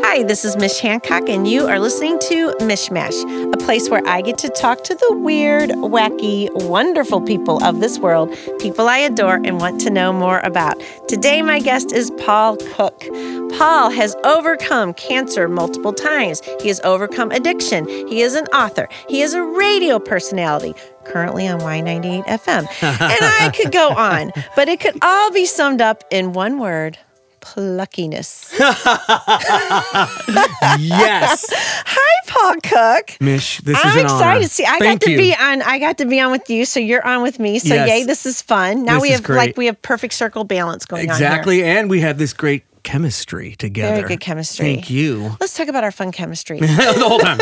Hi, this is Mish Hancock, and you are listening to Mishmash, a place where I get to talk to the weird, wacky, wonderful people of this world, people I adore and want to know more about. Today, my guest is Paul Cook. Paul has overcome cancer multiple times, he has overcome addiction, he is an author, he is a radio personality currently on Y98 FM. And I could go on, but it could all be summed up in one word pluckiness. yes, Hi, Paul Cook. Mish. This is I'm an honor. excited. See, I Thank got to you. be on. I got to be on with you, so you're on with me. So Yes. yay, this is fun. Now This we is have great. like we have perfect circle balance going on. here. exactly, and we had this great chemistry together. Very good chemistry. Thank you. Let's talk about our fun chemistry. the whole time.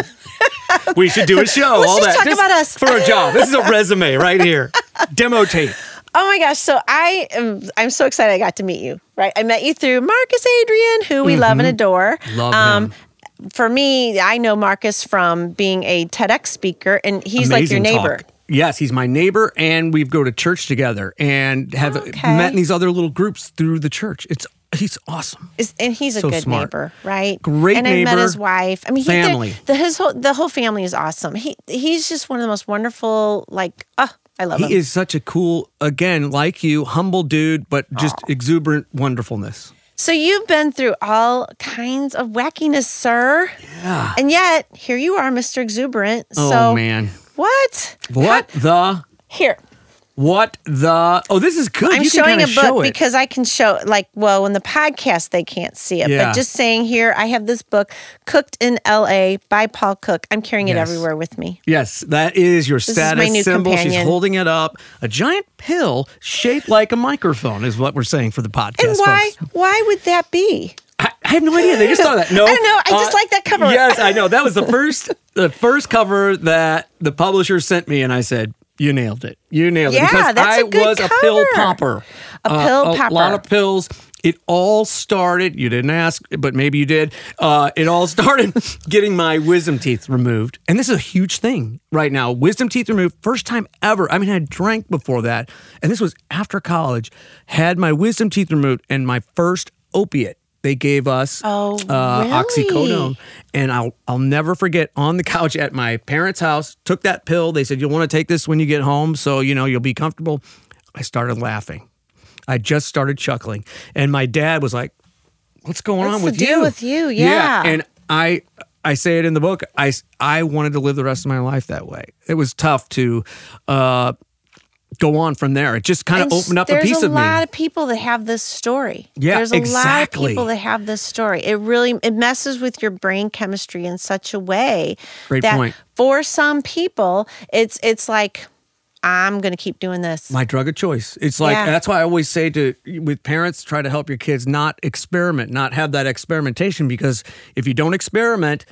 We should do a show. Let's all just that talk about us. for a job. This is a resume right here. Demo tape. Oh my gosh! So I am. I'm so excited. I got to meet you. Right, I met you through Marcus Adrian, who we love and adore. Mm-hmm. Um, Love him. For me, I know Marcus from being a TEDx speaker, and he's like your Amazing neighbor. talk. Yes, he's my neighbor, and we go to church together, and have Okay. met in these other little groups through the church. It's he's awesome. Is, and he's a So good smart. neighbor, right? Great and I met neighbor, his wife. I mean, he, they're- family. The, his whole the whole family is awesome. He he's just one of the most wonderful. Like, oh, I love him. He is such a cool, again, like you, humble dude, but just exuberant wonderfulness. So you've been through all kinds of wackiness, sir. Yeah. And yet here you are, Mr. Exuberant. Oh so man, what? what the? Here. What the? Oh, this is good. I'm you showing can a kinda book show it. because I can show like well in the podcast they can't see it, Yeah. but just saying here I have this book, Cooked in L.A. by Paul Cook. I'm carrying it Yes. everywhere with me. Yes, that is your is my status new symbol. She's companion. holding it up. A giant pill shaped like a microphone is what we're saying for the podcast. And why? folks. Why would that be? I, I have no idea. They just thought that. No, uh, I don't know. I just like that cover. Yes, I know. That was the first, the first cover that the publisher sent me, and I said, "You nailed it. You nailed it." Yeah, Because that's I a good was a pill cover. popper. A pill Uh, A lot popper. of pills. It all started. You didn't ask, but maybe you did. Uh, it all started getting my wisdom teeth removed, and this is a huge thing right now. Wisdom teeth removed, first time ever. I mean, I drank before that, and this was after college. Had my wisdom teeth removed, and my first opiate they gave us Oh, uh, really? oxycodone and I'll I'll never forget on the couch at my parents' house took that pill they said you'll want to take this when you get home so you know you'll be comfortable I started laughing I just started chuckling and my dad was like what's going What's on the with deal you with you? Yeah. and I I say it in the book I s- I wanted to live the rest of my life that way it was tough to uh go on from there it just kind of And opened up a there's piece a of me lot of people that have this story. Yeah, there's a lot of exactly. people that have this story. It really it messes with your brain chemistry in such a way Great that point. for some people, it's it's like I'm going to keep doing this. my drug of choice. It's like Yeah. that's why I always say to with parents try to help your kids not experiment, not have that experimentation because if you don't experiment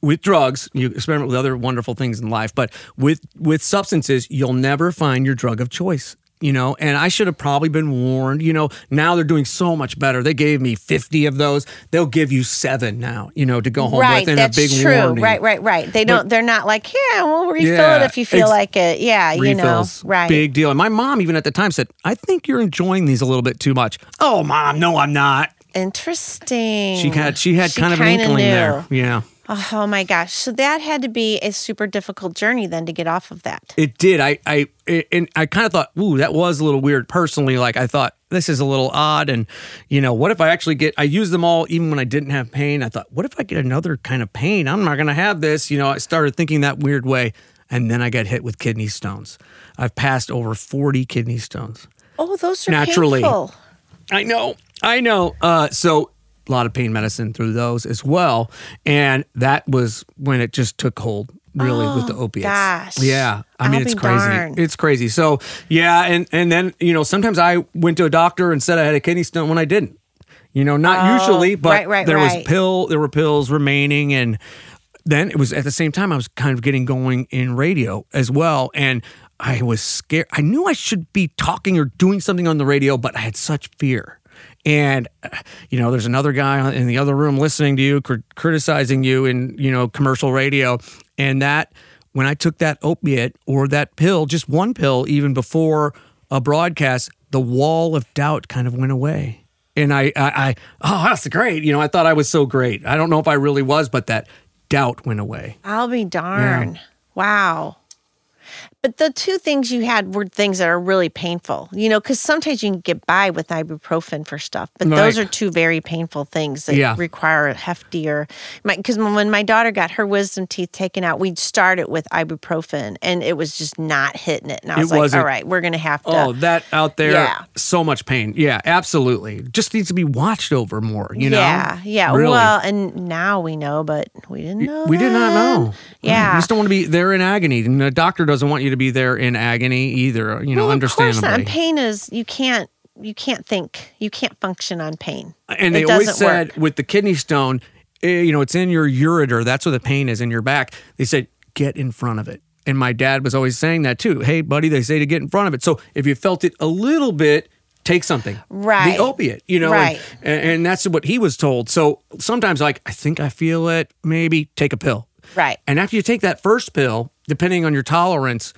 with drugs, you experiment with other wonderful things in life, but with with substances, you'll never find your drug of choice. You know, and I should have probably been warned. You know, now they're doing so much better. They gave me 50 of those. They'll give you seven now, you know, to go home right, with and that's a big true. warning. Right, right, right. They don't. they're not like, yeah, we'll refill it Yeah, if you feel ex- like it. Yeah, you know, refills. right. Big deal. And my mom, even at the time, said, I think you're enjoying these a little bit too much. Oh, mom, no, I'm not. Interesting. She had she had She kind of an kinda inkling knew. there. Yeah. Oh my gosh. So that had to be a super difficult journey then to get off of that. It did. I I it, and I kind of thought, ooh, that was a little weird personally. Like I thought this is a little odd, and you know, what if I actually get? I used them all even when I didn't have pain. I thought, what if I get another kind of pain? I'm not gonna have this. You know, I started thinking that weird way, and then I got hit with kidney stones. I've passed over 40 kidney stones. Oh, those are Naturally. painful. I know, I know. Uh, so a lot of pain medicine through those as well, and that was when it just took hold really with the opiates. Oh, gosh. Yeah, I mean I'll it's be crazy. darned. It's crazy. So yeah, and and then you know sometimes I went to a doctor and said I had a kidney stone when I didn't. You know, not usually, but Oh, right, right, there right. was pill, there were pills remaining, and then it was at the same time I was kind of getting going in radio as well, and I was scared. I knew I should be talking or doing something on the radio, but I had such fear. And uh, you know, there's another guy in the other room listening to you, cr- criticizing you in you know commercial radio, and that when I took that opiate or that pill, just one pill, even before a broadcast, the wall of doubt kind of went away and I, I, I, oh, that's great. You know, I thought I was so great. I don't know if I really was, but that doubt went away. I'll be darned. Wow. But the two things you had were things that are really painful, you know, because sometimes you can get by with ibuprofen for stuff, but those Right. are two very painful things that Yeah. require a heftier. Because when my daughter got her wisdom teeth taken out, we started with ibuprofen and it was just not hitting it. And I It was like, wasn't- all right, we're going to have to. Oh, that out there, Yeah. so much pain. Yeah, absolutely. Just needs to be watched over more. You know. Yeah, yeah. Really. Well, and now we know, but we didn't know. we did not then. know. uh, Yeah. You just don't want to be there in agony. And the doctor doesn't want you to be there in agony either, you know, Well, of course understandably. not. And pain is you can't you can't think, you can't function on pain. and It they always doesn't said work. with the kidney stone, eh, you know, it's in your ureter. That's where the pain is in your back. They said, get in front of it. And my dad was always saying that too. Hey, buddy, they say to get in front of it. So if you felt it a little bit, take something. Right. The opiate, you know. Right. And, and that's what he was told. So sometimes, like, I think I feel it. Maybe take a pill. Right. And after you take that first pill, depending on your tolerance,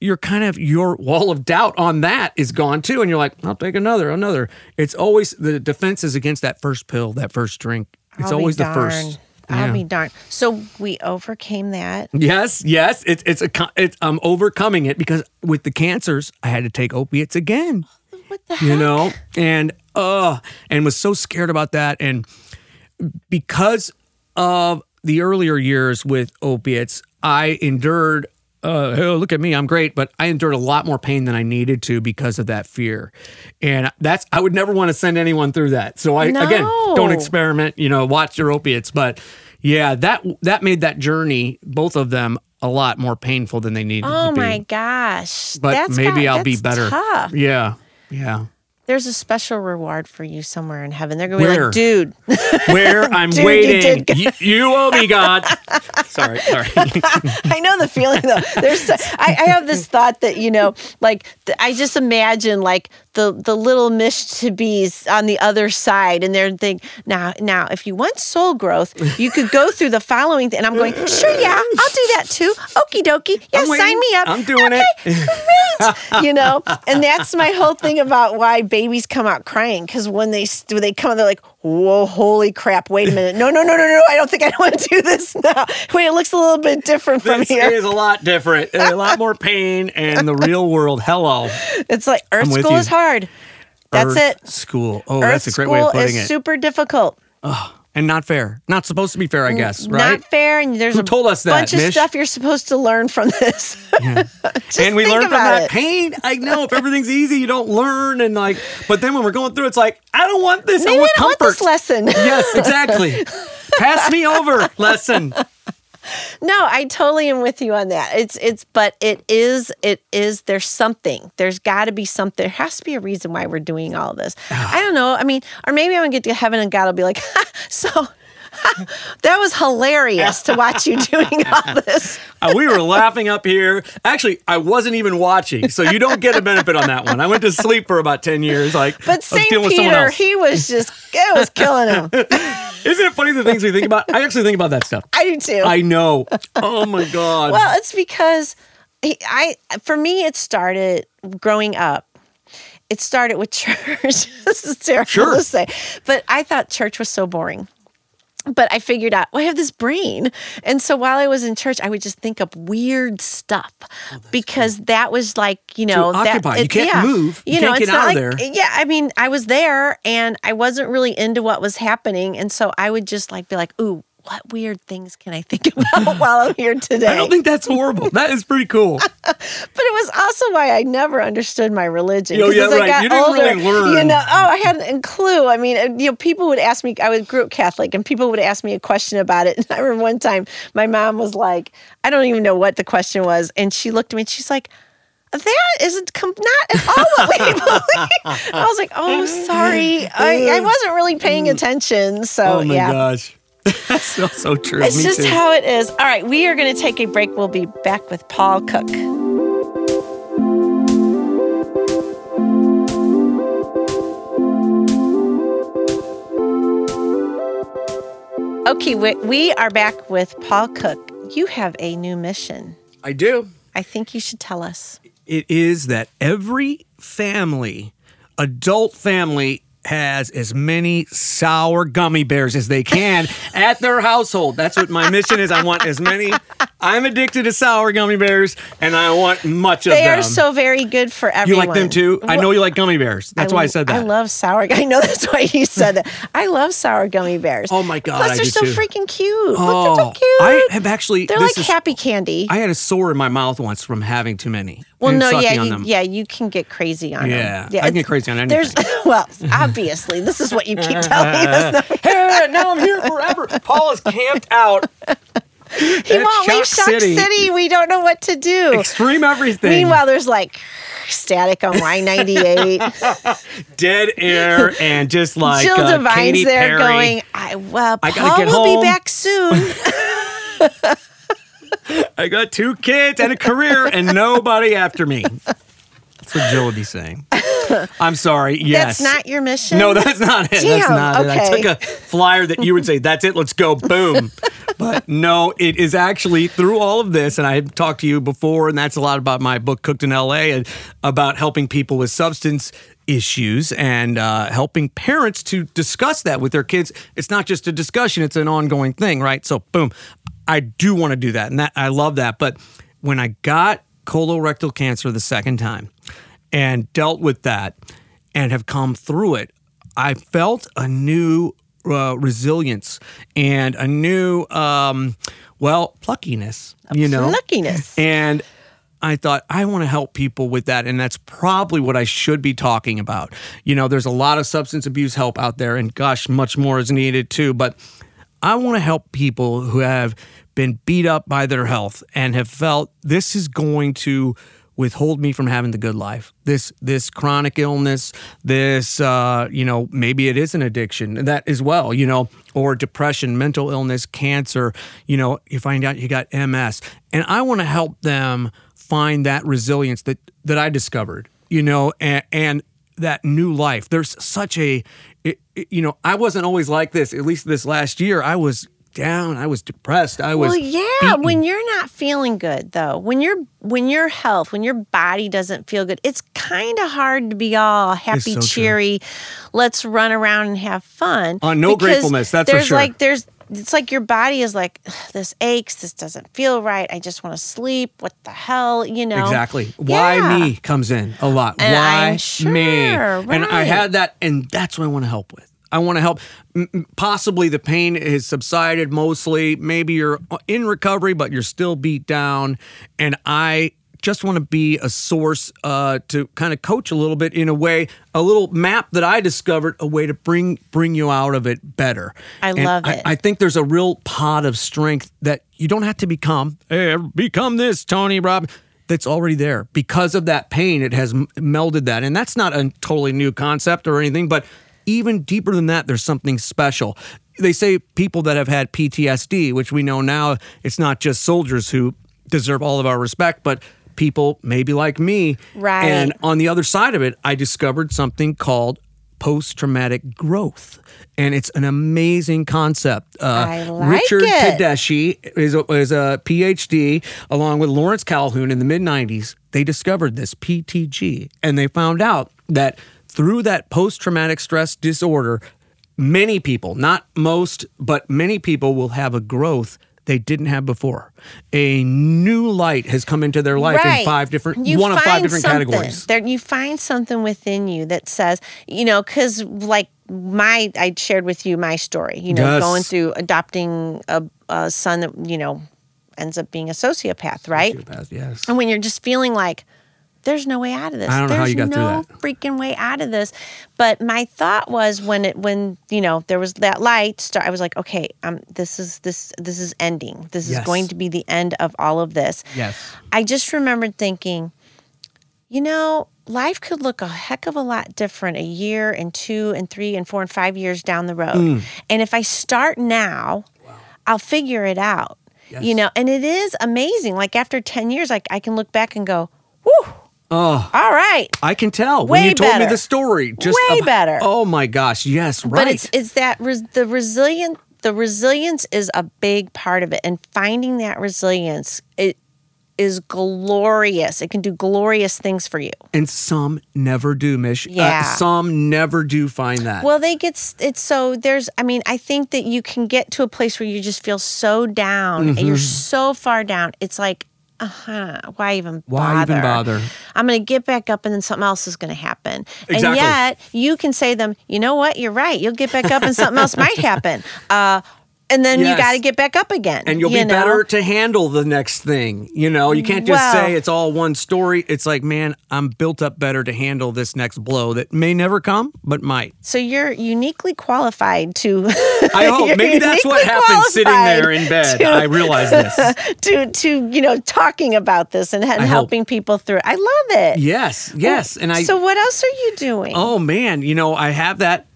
you're kind of your wall of doubt on that is gone too. And you're like, I'll take another, another. It's always the defense is against that first pill, that first drink. It's I'll be always the darn. first. I'll Yeah. be darned. So we overcame that. Yes, yes. It's it's a co- it's I'm overcoming it because with the cancers, I had to take opiates again. What the you heck? know and uh and was so scared about that and because of the earlier years with opiates i endured uh, oh, look at me i'm great but i endured a lot more pain than i needed to because of that fear and that's i would never want to send anyone through that so i again No. don't experiment you know watch your opiates but yeah that that made that journey both of them a lot more painful than they needed Oh to be my gosh. but That's maybe got- i'll be that's better tough. yeah yeah There's a special reward for you somewhere in heaven. They're going to be Where? like, dude, where I'm Dude, you waiting. did You, you owe me, God. sorry, sorry. I know the feeling though. There's, I, I have this thought that you know, like th- I just imagine like the the little mish to bees on the other side, and they're think now now if you want soul growth, you could go through the following. Th-. And I'm going, sure, yeah, I'll do that too. Okie dokie, yeah, I'm waiting. sign me up. I'm doing okay, it. Great, you know. And that's my whole thing about why babies come out crying because when they s- when they come, out, they're like, whoa, holy crap, wait a minute, no, no, no, no, no, I don't think I want to do this now. Wait, it looks a little bit different from This here. is a lot different. A lot more pain and the real world. Hello. It's like Earth with school you. is hard. That's Earth it. School. Oh, Earth that's a great way of school putting is it. super difficult. and not fair. Not supposed to be fair, I guess. Right. Not fair, and there's a told us that, bunch of Mish? stuff you're supposed to learn from this. Just and we think learn from about that it. pain. I know if everything's easy, you don't learn, and like, but then when we're going through, it's like, I don't want this. Maybe I I want don't want comfort. this lesson. yes, exactly. Pass me over, lesson. No, I totally am with you on that. It's it's but it is it is there's something. There's got to be something. There has to be a reason why we're doing all this. I don't know. I mean, or maybe I'm gonna get to heaven and God will be like, so that was hilarious to watch you doing all this. Uh, we were laughing up here. Actually, I wasn't even watching, so you don't get a benefit on that one. I went to sleep for about ten years. Like, I But was Saint dealing with someone Peter, else. he was just it was killing him. Isn't it funny the things we think about? I actually think about that stuff. I do too. I know. Oh my god. well, it's because he, I for me it started growing up. It started with church. this is terrible Sure. to say, but I thought church was so boring. But I figured out well, I have this brain, and so while I was in church, I would just think up weird stuff Oh, because that was like you know that, occupy. You can't move. You can't get not out of like- there. yeah, I mean, I was there and I wasn't really into what was happening. And so I would just like be like, ooh, what weird things can I think about while I'm here today? I don't think that's horrible. That is pretty cool. Oh, but it was also why I never understood my religion. Oh, 'cause yeah, as I right. got You didn't older, really learn. You know, oh, I hadn't a clue. I mean, uh, you know, people would ask me. I was grew up Catholic, and people would ask me a question about it. And I remember one time, my mom was like, "I don't even know what the question was," and she looked at me and she's like. That isn't com- not at all what we believe. I was like, oh, sorry, I, I wasn't really paying attention. So Mm. Oh my yeah, gosh. That's so, so true. it's Me just too. how it is. All right, we are going to take a break. We'll be back with Paul Cook. Okay, we, we are back with Paul Cook. You have a new mission. I do. I think you should tell us. it is that every family, adult family, has as many sour gummy bears as they can at their household. That's what my mission is. I want as many. I'm addicted to sour gummy bears, and I want much of They them. are so very good for you everyone. Mm-hmm. like them too? I know you like gummy bears. That's why I said that. I love sour. I know that's why you said that. I love sour gummy bears. Oh my God, Plus, I they're do so too. freaking cute. Look, they're so Oh, cute. I have actually. They're this like is, happy candy. I had a sore in my mouth once from having too many. well, and no, sucking yeah, on you, them. yeah, you can get crazy on them. Yeah, I can it's- get crazy on There's well, obviously, this is what you keep telling us. Hey, now I'm here forever. Paul is camped out. He won't leave Shock City. We don't know what to do. Extreme everything. Meanwhile, there's like static on Y ninety eight. dead air and just like Jill uh, Devine's Katy there Perry. going, I well, I gotta Paul get will home." be back soon. I got two kids and a career and nobody after me. That's what Jill would be saying. I'm sorry. Yes. That's not your mission. No, that's not it. that's Damn, not okay. it. I took a flyer that you would say, that's it, let's go, boom. but no, it is actually through all of this, and I have talked to you before, and that's a lot about my book, Cooked in LA, and about helping people with substance issues and uh, helping parents to discuss that with their kids. It's not just a discussion, it's an ongoing thing, right? So, boom. I do want to do that, and that I love that. But when I got colorectal cancer the second time and dealt with that and have come through it, I felt a new uh, resilience and a new, um, well, pluckiness, you know? Luckiness. And I thought, I want to help people with that. And that's probably what I should be talking about. You know, there's a lot of substance abuse help out there, and gosh, much more is needed too. But I want to help people who have been beat up by their health and have felt this is going to withhold me from having the good life this this chronic illness this uh you know maybe it is an addiction and that as well you know or depression mental illness cancer you know you find out you got ms and i want to help them find that resilience that that i discovered you know and, and that new life there's such a it, it- you know i wasn't always like this at least this last year i was down i was depressed i was Well, yeah. When you're not feeling good, though, when you're when your health, when your body doesn't feel good, it's kind of hard to be all happy, so true. cheery. Let's run around and have fun. Uh, no Because gratefulness, that's for there's sure. Like there's, it's like your body is like, "Ugh, this aches. This doesn't feel right. I just want to sleep. What the hell, you know? Exactly. Why Yeah. me comes in a lot. And Why I'm sure, me? And I right. had that, and that's what I want to help with. I want to help. M- m- Possibly the pain has subsided mostly. Maybe you're uh, in recovery, but you're still beat down. And I just want to be a source uh, to kind of coach a little bit in a way, a little map that I discovered, a way to bring bring you out of it better. I And love it. I think there's a real pod of strength that you don't have to become. "Hey, become this, Tony, Rob. That's already there because of that pain. It has m- melded that, and that's not a totally new concept or anything. But even deeper than that, there's something special. They say people that have had PTSD, which we know now, it's not just soldiers who deserve all of our respect, but people maybe like me. Right. And on the other side of it, I discovered something called post traumatic growth. And it's an amazing concept. Uh, I like Richard it. Tedeschi is a, is a PhD, along with Lawrence Calhoun in the mid 90s. They discovered this PTG and they found out that through that post traumatic stress disorder, many people, not most, but many people will have a growth they didn't have before. A new light has come into their life in five different, You one of five find different something. categories. There, you find something within you that says, you know, because like my, I shared with you my story, you know, Yes. going through adopting a, a son that, you know, ends up being a sociopath, right? Yes. And when you're just feeling like, there's no way out of this. I don't know there's how you got through no that. freaking way out of this. But my thought was when it when you know there was that light start, I was like, okay, um, this is this this is ending. This Yes. is going to be the end of all of this. Yes. I just remembered thinking, you know, life could look a heck of a lot different a year and two and three and four and five years down the road. Mm. And if I start now, I'll figure it out. You Yes. know, and it is amazing. Like after 10 years, like I can look back and go, whew, Oh. all right. I can tell when Way you told me better. the story. Just Way of- better. Oh my gosh! Yes, right. But it's it's that res- the resilient the resilience is a big part of it, and finding that resilience it is glorious. It can do glorious things for you. And some never do, Mish. Uh, Yeah. some never do find that. Well, they get s- it's so there's. I mean, I think that you can get to a place where you just feel so down and Mm-hmm. you're so far down. It's like, uh huh. Why even Why even bother? I'm going to get back up, and then something else is going to happen. And Exactly. yet, you can say to them, you know what? You're right. You'll get back up, and something else might happen. Uh, and then you Yes. got to get back up again. and you'll you be know? better to handle the next thing. You know, you can't just Well- say it's all one story. It's like, man, I'm built up better to handle this next blow that may never come, but might. So you're uniquely qualified to. I hope. you're Maybe that's what uniquely happens sitting there qualified in bed. to- I realize this. to to you know talking about this and, and hope. helping people through. it. I love it. Yes, yes. And I so what else are you doing? Oh man, you know, I have that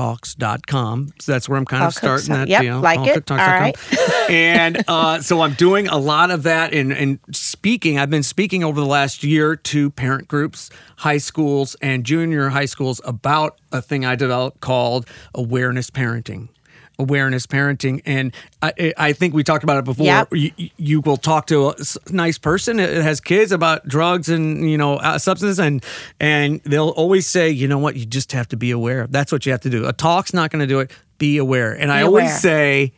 paulcooktalks.com. So that's where I'm kind of Paul Cook starting Talk- that yep, deal. like it. paulcooktalks.com. All right. and uh, so I'm doing a lot of that and and speaking. I've been speaking over the last year to parent groups, high schools and junior high schools about a thing I developed called awareness parenting. Awareness parenting, and I, I- I think we talked about it before. Yep. You, you- you will talk to a s- nice person that has kids about drugs and you know uh, substances, and and they'll always say, you know what, you just have to be aware. That's what you have to do. A talk's not going to do it. Be aware, and I Be aware. always say,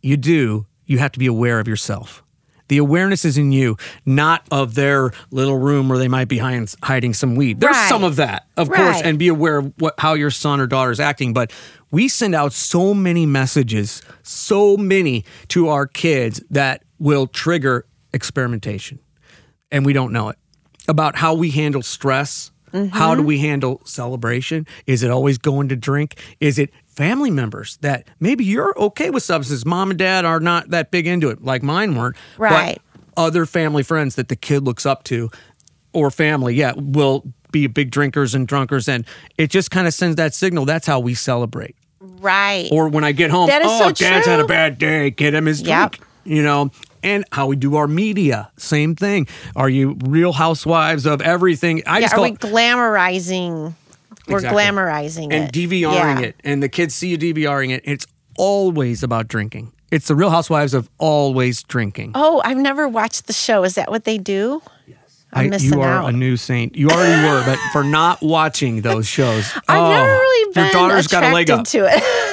you do, you have to be aware of yourself. The awareness is in you, not of their little room where they might be hiding, hiding some weed. There's Right. some of that, of course, Right. and be aware of what, how your son or daughter is acting. But we send out so many messages, so many to our kids that will trigger experimentation, and we don't know it about how we handle stress. How do we handle celebration? Is it always going to drink? Is it family members that maybe you're okay with substances? Mom and dad are not that big into it, like mine weren't. but Right. other family friends that the kid looks up to or family, yeah, will be big drinkers and drunkards. And it just kind of sends that signal. That's how we celebrate. right. Or when I get home, That is oh, so dad's true. had a bad day. Get him his Yep. drink. You know, and how we do our media, same thing. Are you real housewives of everything? I yeah, just are call we glamorizing? We're Exactly. glamorizing and it DVRing Yeah. it, and the kids see you DVRing it. It's always about drinking. It's the Real Housewives of always drinking. Oh, I've never watched the show. Is that what they do? Yes, I'm missing you are out. a new saint. You already were, but for not watching those shows, I've oh, never really been your daughter's attracted got a leg up. to it.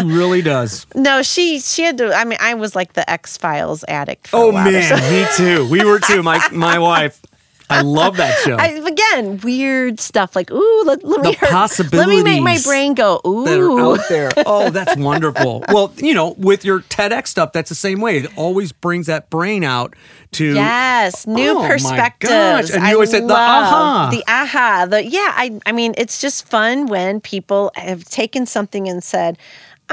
She really does. No, she she had to. I mean, I was like the X Files addict. For a Oh while. man, me too. We were too. My my wife. I love that show. I, again, weird stuff like ooh, let, let me The let me make my possibilities brain go that are ooh. out there. Oh, that's wonderful. well, you know, with your TEDx stuff, that's the same way. It always brings that brain out to Yes, new Oh, my perspectives. gosh. And you I always said the love aha. The aha. The yeah, I I mean, it's just fun when people have taken something and said,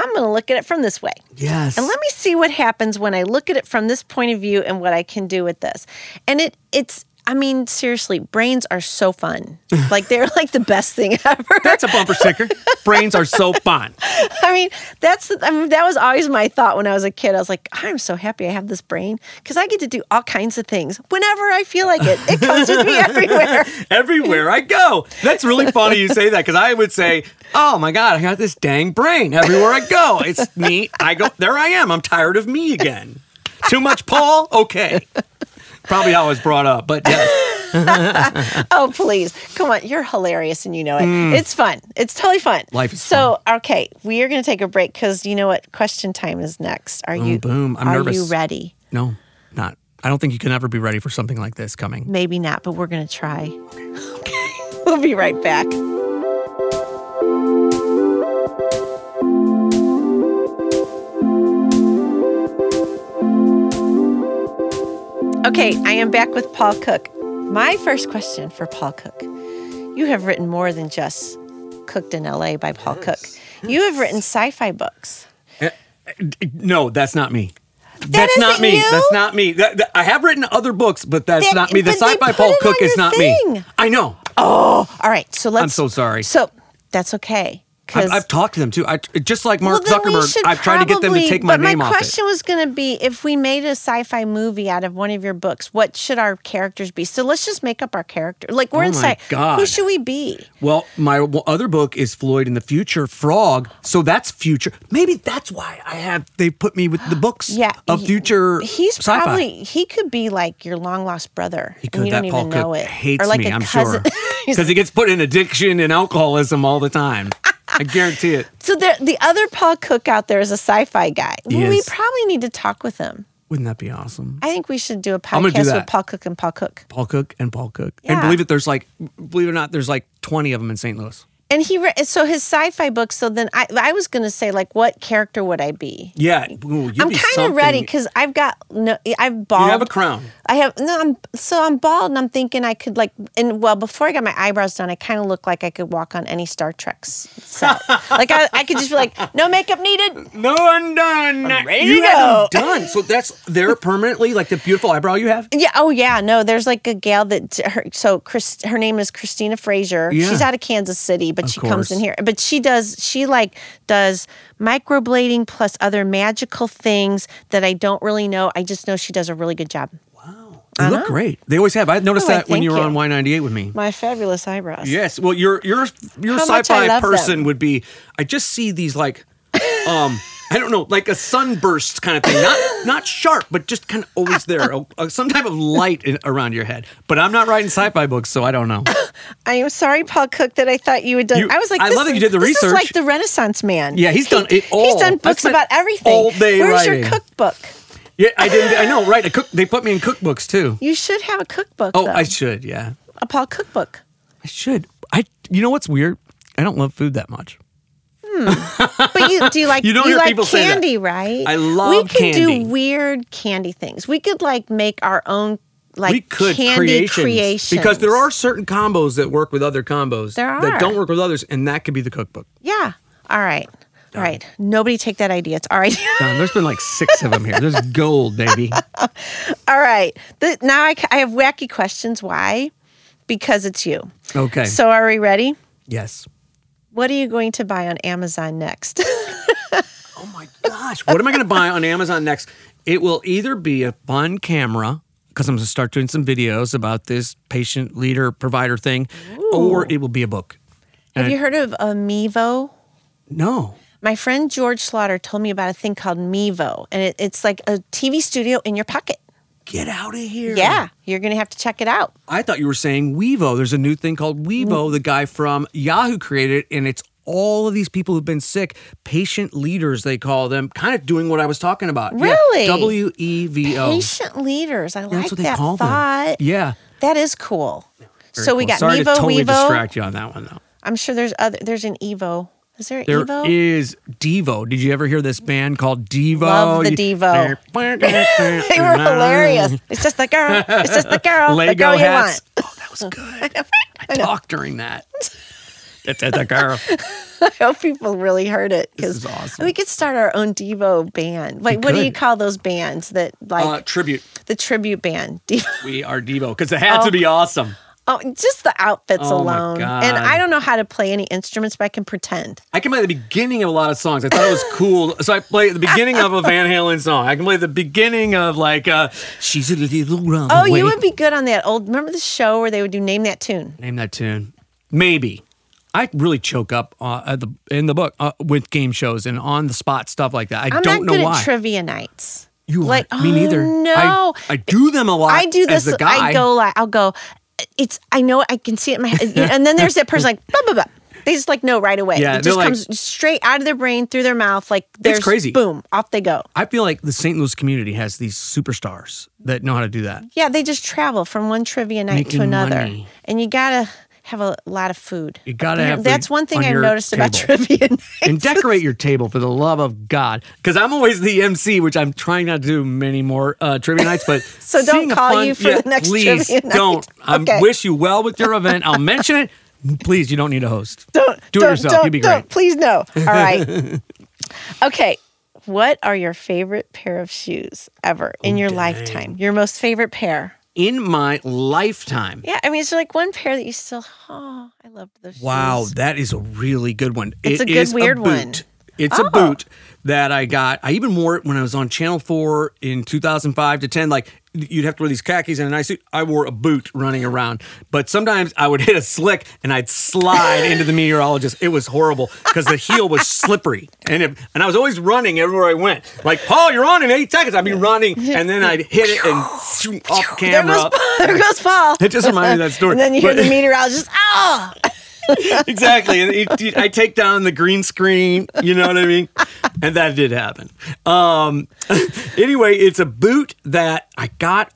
I'm going to look at it from this way. Yes. And let me see what happens when I look at it from this point of view and what I can do with this. And it it's I mean, seriously, brains are so fun. Like they're like the best thing ever. That's a bumper sticker. Brains are so fun. I mean, that's I mean, that was always my thought when I was a kid. I was like, I'm so happy I have this brain because I get to do all kinds of things whenever I feel like it. It comes with me everywhere. Everywhere I go. That's really funny you say that because I would say, oh my God, I got this dang brain everywhere I go. It's me. I go, there I am. I'm tired of me again. Too much Paul? Okay. Probably how I was brought up, but yes. Oh, please. Come on. You're hilarious and you know it. It's fun. It's totally fun. Mm. Life is so, okay, we are going to take a break because you know what? Question time is next. Are you boom. I'm are you nervous. ready? No, not. I don't think you can ever be ready for something like this coming. Maybe not, but we're going to try. Okay. We'll be right back. Okay, I am back with Paul Cook. My first question for Paul Cook You have written more than just Cooked in LA by Paul Cook. You have written sci fi books. No, that's not me. that's isn't not me. you? That's not me. That- that- I have written other books, but that's That- not me. The but they sci-fi put Paul it on Cook is your not thing. me. I know. All right, so let's. so sorry. So that's okay. I've, because I've talked to them too. I just like Mark Well, then we Zuckerberg. should I've tried to get them to probably- take my but name my off it. question was going to be if we made a sci-fi movie out of one of your books, what should our characters be? So let's just make up our character. Like we're Oh in sci- my Who God. should we be? Well, my w- other book is Floyd in the Future Frog, so that's future. Maybe that's why I have they put me with the books Yeah, of he- future. He's sci-fi. probably he could be like your long lost brother. He and could. you That don't Paul even Cook know it. hates or like me. a I'm cousin. sure because he gets put in addiction and alcoholism all the time. I guarantee it. so there, the other Paul Cook out there is a sci-fi guy. We Yes. probably need to talk with him. Wouldn't that be awesome? I think we should do a gonna podcast do with that. Paul Cook and Paul Cook. Paul Cook and Paul Cook. Yeah. And believe it, there's like believe it or not, there's like 20 of them in St. Louis. And he re- so his sci-fi book. So then I, I was going to say like, what character would I be? Yeah, Ooh, you'd I'm be kind something. of ready because I've got no. I've bald. You have a crown. I have no. I'm so I'm bald, and I'm thinking I could like. And well, before I got my eyebrows done, I kind of looked like I could walk on any Star Trek s- set. like I, I could just be like, no makeup needed. No, I'm done. ready you to have them done. So that's they're permanently like the beautiful eyebrow you have. Yeah. Oh yeah. No, there's like a gal that her, so Chris. Her name is Christina Frazier. Yeah. She's out of Kansas City, but she comes course. in here. But she does. She like does microblading plus other magical things that I don't really know. I just know she does a really good job. They look great. They always have. I noticed Oh, I that when thank you were you. on Y98 with me. My fabulous eyebrows. Yes. Well, your your your How much I sci-fi love person them. would be. I just see these like, um, I don't know, like a sunburst kind of thing. Not not sharp, but just kind of always there. A- a- some type of light in, around your head. But I'm not writing sci-fi books, so I don't know. I am sorry, Paul Cook, that I thought you had done. You- I was like, I this love that is- you did the this Is like research. the Renaissance man. Yeah, he's done it all. He's done I've books spent about everything. all day Where's writing. your cookbook? Yeah, I didn't. I know, right? A cook. They put me in cookbooks too. You should have a cookbook. Oh, though. I should. Yeah, a Paul cookbook. I should. I. You know what's weird? I don't love food that much. But you do you like You don't hear like people say that. candy, right? I love We could candy. do weird candy things. We could like make our own like we could candy creations, because there creations. are certain combos that work with other combos There that don't are. work with others, and that could be the cookbook. Yeah. All right. All right. Nobody take that idea. It's all right. Don, there's been like six of them here. There's gold, baby. All right. Th- now I, ca- I have wacky questions. Why? Because it's you. Okay. So are we ready? yes. What are you going to buy on Amazon next? Oh my gosh, what am I going to buy on Amazon next? It will either be a fun camera because I'm going to start doing some videos about this patient leader provider thing, or it will be a book. Have you heard of a Mevo? No. My friend George Slaughter told me about a thing called Mevo, and it, it's like a TV studio in your pocket. Get out of here. Yeah, you're going to have to check it out. I thought you were saying Wevo. There's a new thing called Wevo. The guy from Yahoo created it, and it's all of these people who've been sick, patient leaders, they call them, kind of doing what I was talking about. Yeah, Really? W E V O. Patient leaders. I like That's what they that call thought. them. Yeah. That is cool. Very so we cool. got Sorry Mevo, to totally Wevo. distract you on that one, though. I'm sure there's other. There's an Evo. Is there an There is Evo? Devo. Did you ever hear this band called Devo? Love the You- Devo. they were hilarious. It's just the girl. It's just the girl. the Lego girl you hats. want. Oh, that was good. I talked during that. That's the girl. I hope people really heard it because is awesome. we could start our own Devo band. Like, what do you could. call those bands that like Uh, tribute. the tribute band? Devo. We are Devo because it had to be awesome. Oh, just the outfits Oh my alone. And God. I don't know how to play any instruments, but I can pretend. I can play the beginning of a lot of songs. I thought it was cool. So I play the beginning of a Van Halen song. I can play the beginning of like uh, "She's a Little Runaway." Oh, you would be good on that old. Remember the show where they would do name that tune? name that tune. Maybe I really choke up uh, at the in the book uh, with game shows and on the spot stuff like that. I I'm don't not good know why. at trivia nights. you like aren't. me neither. Oh, no, I, I do them a lot. I do as this. the guy. I go like I'll go. It's I know I can see it in my head, and then there's that person like blah blah blah. They just like know right away. Yeah, it they're just like- comes straight out of their brain through their mouth. Like there's crazy. Boom, off they go. I feel like the St. Louis community has these superstars that know how to do that. Yeah, they just travel from one trivia night Making to another, money. and you gotta have a lot of food. You gotta have That's food one thing on I've your noticed about table. trivia night. and decorate your table for the love of God. Because I'm always the MC, which I'm trying not to do many more uh, trivia nights. But So don't seeing a call fun- you for the next please trivia night. don't. I Okay. wish you well with your event. I'll mention it. Please, you don't need a host. Don't do it don't, yourself. Don't, You'd be don't. great. Please no. All right. okay. What are your favorite pair of shoes ever in your lifetime? Your most favorite pair? in my lifetime. Yeah, I mean, it's like one pair that you still. Oh, I loved those. Wow, shoes. that is a really good one. It's It a good is weird boot. one. It's Oh. a boot that I got. I even wore it when I was on Channel 4 in 2005 to 10. Like, you'd have to wear these khakis and a nice suit. I wore a boot running around. But sometimes I would hit a slick and I'd slide into the meteorologist. It was horrible because the heel was slippery. And it, and I was always running everywhere I went. Like, Paul, you're on in eight seconds. I'd be running. And then I'd hit it and shoot off There camera. goes, Paul, there goes Paul. It just reminded me of that story. And then you hear But- the meteorologist. Oh, exactly. And it- it- I take down the green screen. You know what I mean? And that did happen. Um, anyway, it's a boot that I got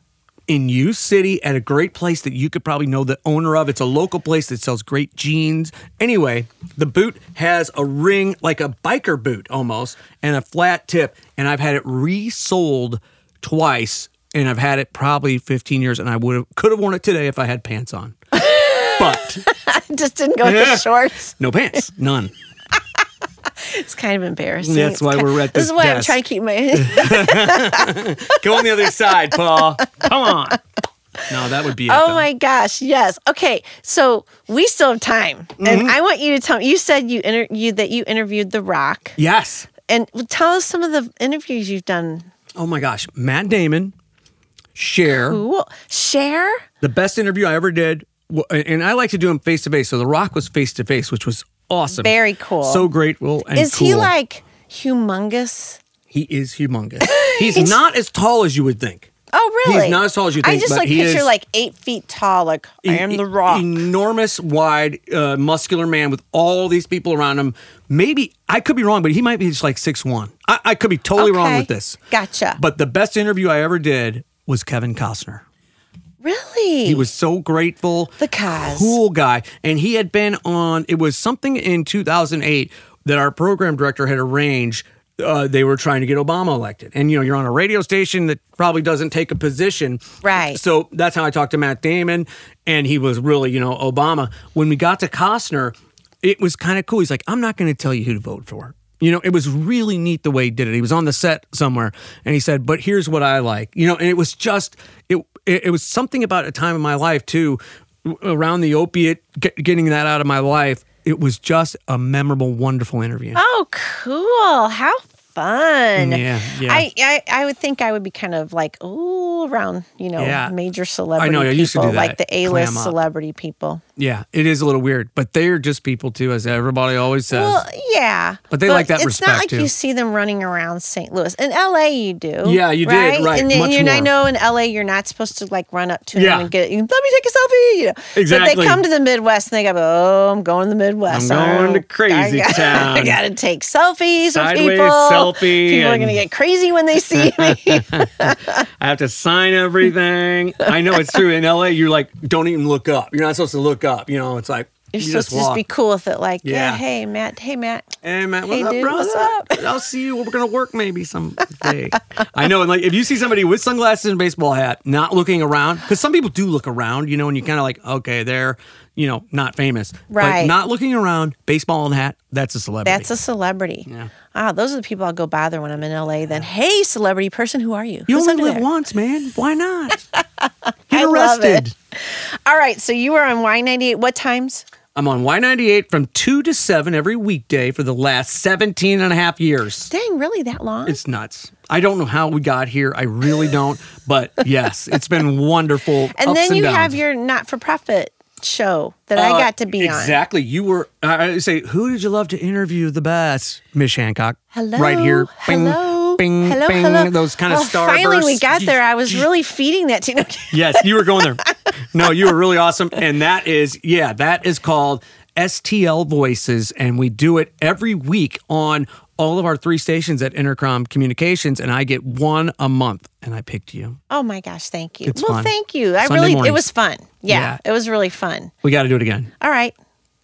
in U City at a great place that you could probably know the owner of. It's a local place that sells great jeans. Anyway, the boot has a ring like a biker boot almost and a flat tip. And I've had it resold twice. And I've had it probably 15 years, and I would have could have worn it today if I had pants on. But I just didn't go Yeah. into shorts. no pants, none. It's kind of embarrassing. That's It's why ki- we're at This this is why I'm desk. trying to keep my. Go on the other side, Paul. Come on. No, that would be it. Oh though. my gosh, yes. Okay, so we still have time, Mm-hmm. and I want you to tell me. You said you inter- you that you interviewed The Rock, Yes. and tell us some of the interviews you've done. Oh my gosh. Matt Damon, Cher. Cool. Share. The best interview I ever did, wa- and I like to do them face to face. So The Rock was face to face, which was awesome. Very cool. So grateful. And Is he cool. like humongous? He is humongous. He's not as tall as you would think. Oh, really? He's not as tall as you I think, just but like he picture is- like eight feet tall. Like I am E- the Rock. Enormous, wide, uh, muscular man with all these people around him. Maybe I could be wrong, but he might be just like six one. I, I could be totally wrong Okay. with this. Gotcha. But the best interview I ever did was Kevin Costner. really? He was so grateful. The Cos. Cool guy. And he had been on, it was something in 2008 that our program director had arranged. Uh, they were trying to get Obama elected. And, you know, you're on a radio station that probably doesn't take a position. Right. So that's how I talked to Matt Damon. And he was really, you know, Obama. When we got to Costner, it was kind of cool. He's like, I'm not going to tell you who to vote for. You know, it was really neat the way he did it. He was on the set somewhere and he said, But here's what I like. You know, and it was just, it, it, it was something about a time in my life too, w- around the opiate, get, getting that out of my life. It was just a memorable, wonderful interview. Oh, cool. How fun. Mm, Yeah, yeah. I, I, I would think I would be kind of like, ooh, around, you know, Yeah. major celebrity I people, used to do like that. the A list Clam up. celebrity people. Yeah, it is a little weird, but they're just people too, as everybody always says. Well, yeah. But they like that it's respect, not like too. you see them running around St. Louis. In LA, you do. Yeah, you did, right, And, then- much and I more. know in LA, you're not supposed to like run up to Yeah. them and get, let me take a selfie. You know? But they Exactly. come to the Midwest and they go, oh, I'm going to the Midwest. I'm going Oh, to crazy I got, I town." got to take selfies Sideways with people. selfie People are and- going to get crazy when they see me. I have to sign everything. I know it's true. In LA, you're like, don't even look up. You're not supposed to look up. You know, it's like You're you supposed just to just walk. be cool with it. Like, yeah. Yeah. hey, Matt. Hey, Matt. Hey man, what's Hey, up, dude, bro? what's up? I'll see you. We're gonna work maybe someday. I know, and like if you see somebody with sunglasses and a baseball hat, not looking around, because some people do look around, you know, and you kind of like, okay, they're, you know, not famous, Right. But not looking around, baseball and hat, that's a celebrity. That's a celebrity. Ah, those are the people I'll go bother when I'm in LA. Then, hey, celebrity person, who are you? you Who's under only live there?" once, man. Why not? I Get love it. arrested. All right, so you were on Y98. What times? I'm on Y98 from 2 to 7 every weekday for the last 17 and a half years. Dang, really that long? It's nuts. I don't know how we got here. I really don't. But yes, it's been wonderful. and ups then you downs. have your not for profit show that I Uh, got to be on. Exactly. You were, I I say, who did you love to interview the best? Miss Hancock. Hello. Right here. Bing, hello. bing, hello. bing, hello. Those kind of oh, starbursts. Finally, we got there. I was really feeding that to you. Yes, you were going there. No, you were really awesome. And that is, yeah, that is called STL Voices. And we do it every week on all of our three stations at Intercom Communications. And I get one a month. And I picked you. Oh my gosh, thank you. It's well, fun. thank you. I Sunday really, it mornings. was fun. Yeah, Yeah. it was really fun. We got to do it again All right,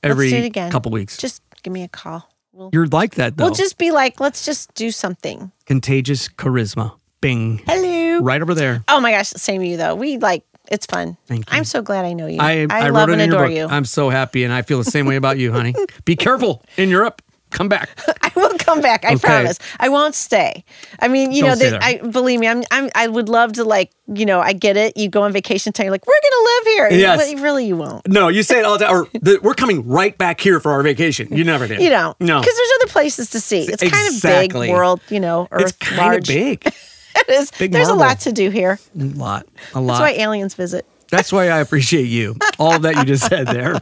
every let's do it again. couple weeks. Just give me a call. We'll, You're like that, though. we'll just be like, let's just do something. Contagious charisma. Bing. Hello. Right over there. Oh my gosh, same to you though. We like it's fun. Thank I'm so glad I know you. I, I, love wrote it and in your adore book. you. I'm so happy, and I feel the same way about you, honey. Be careful in Europe. Come back. I will come back. I Okay. promise. I won't stay. I mean, you Don't know, stay they, there. I believe me. I'm, I'm. I would love to like. You know, I get it. You go on vacation time. You're like, we're gonna live here. You Yes. really- really, you won't. No, you say it all the time. Or the, we're coming right back here for our vacation. You never did. You don't. No. Because there's other places to see. It's kind of Exactly. big world. You know, Earth It's kind of large. big. it is. Big there's marble. a lot to do here. A lot. A lot. That's why aliens visit. That's why I appreciate you. All of that you just said there.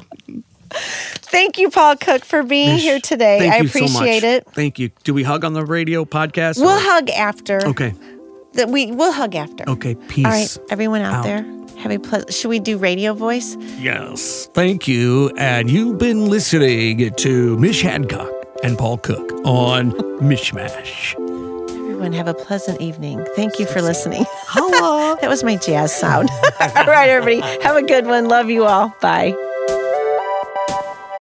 Thank you, Paul Cook, for being here today. Thank I you so much. appreciate it. Thank you. Do we hug on the radio podcast? We'll or- hug after. Okay. That we will hug after. Okay. Peace. All right, everyone out, out. there, have a pleasant. Should we do radio voice? Yes. Thank you. And you've been listening to Mish Hancock and Paul Cook on Mishmash. Everyone have a pleasant evening. Thank you for listening. Hello. that was my jazz sound. all right, everybody, have a good one. Love you all. Bye.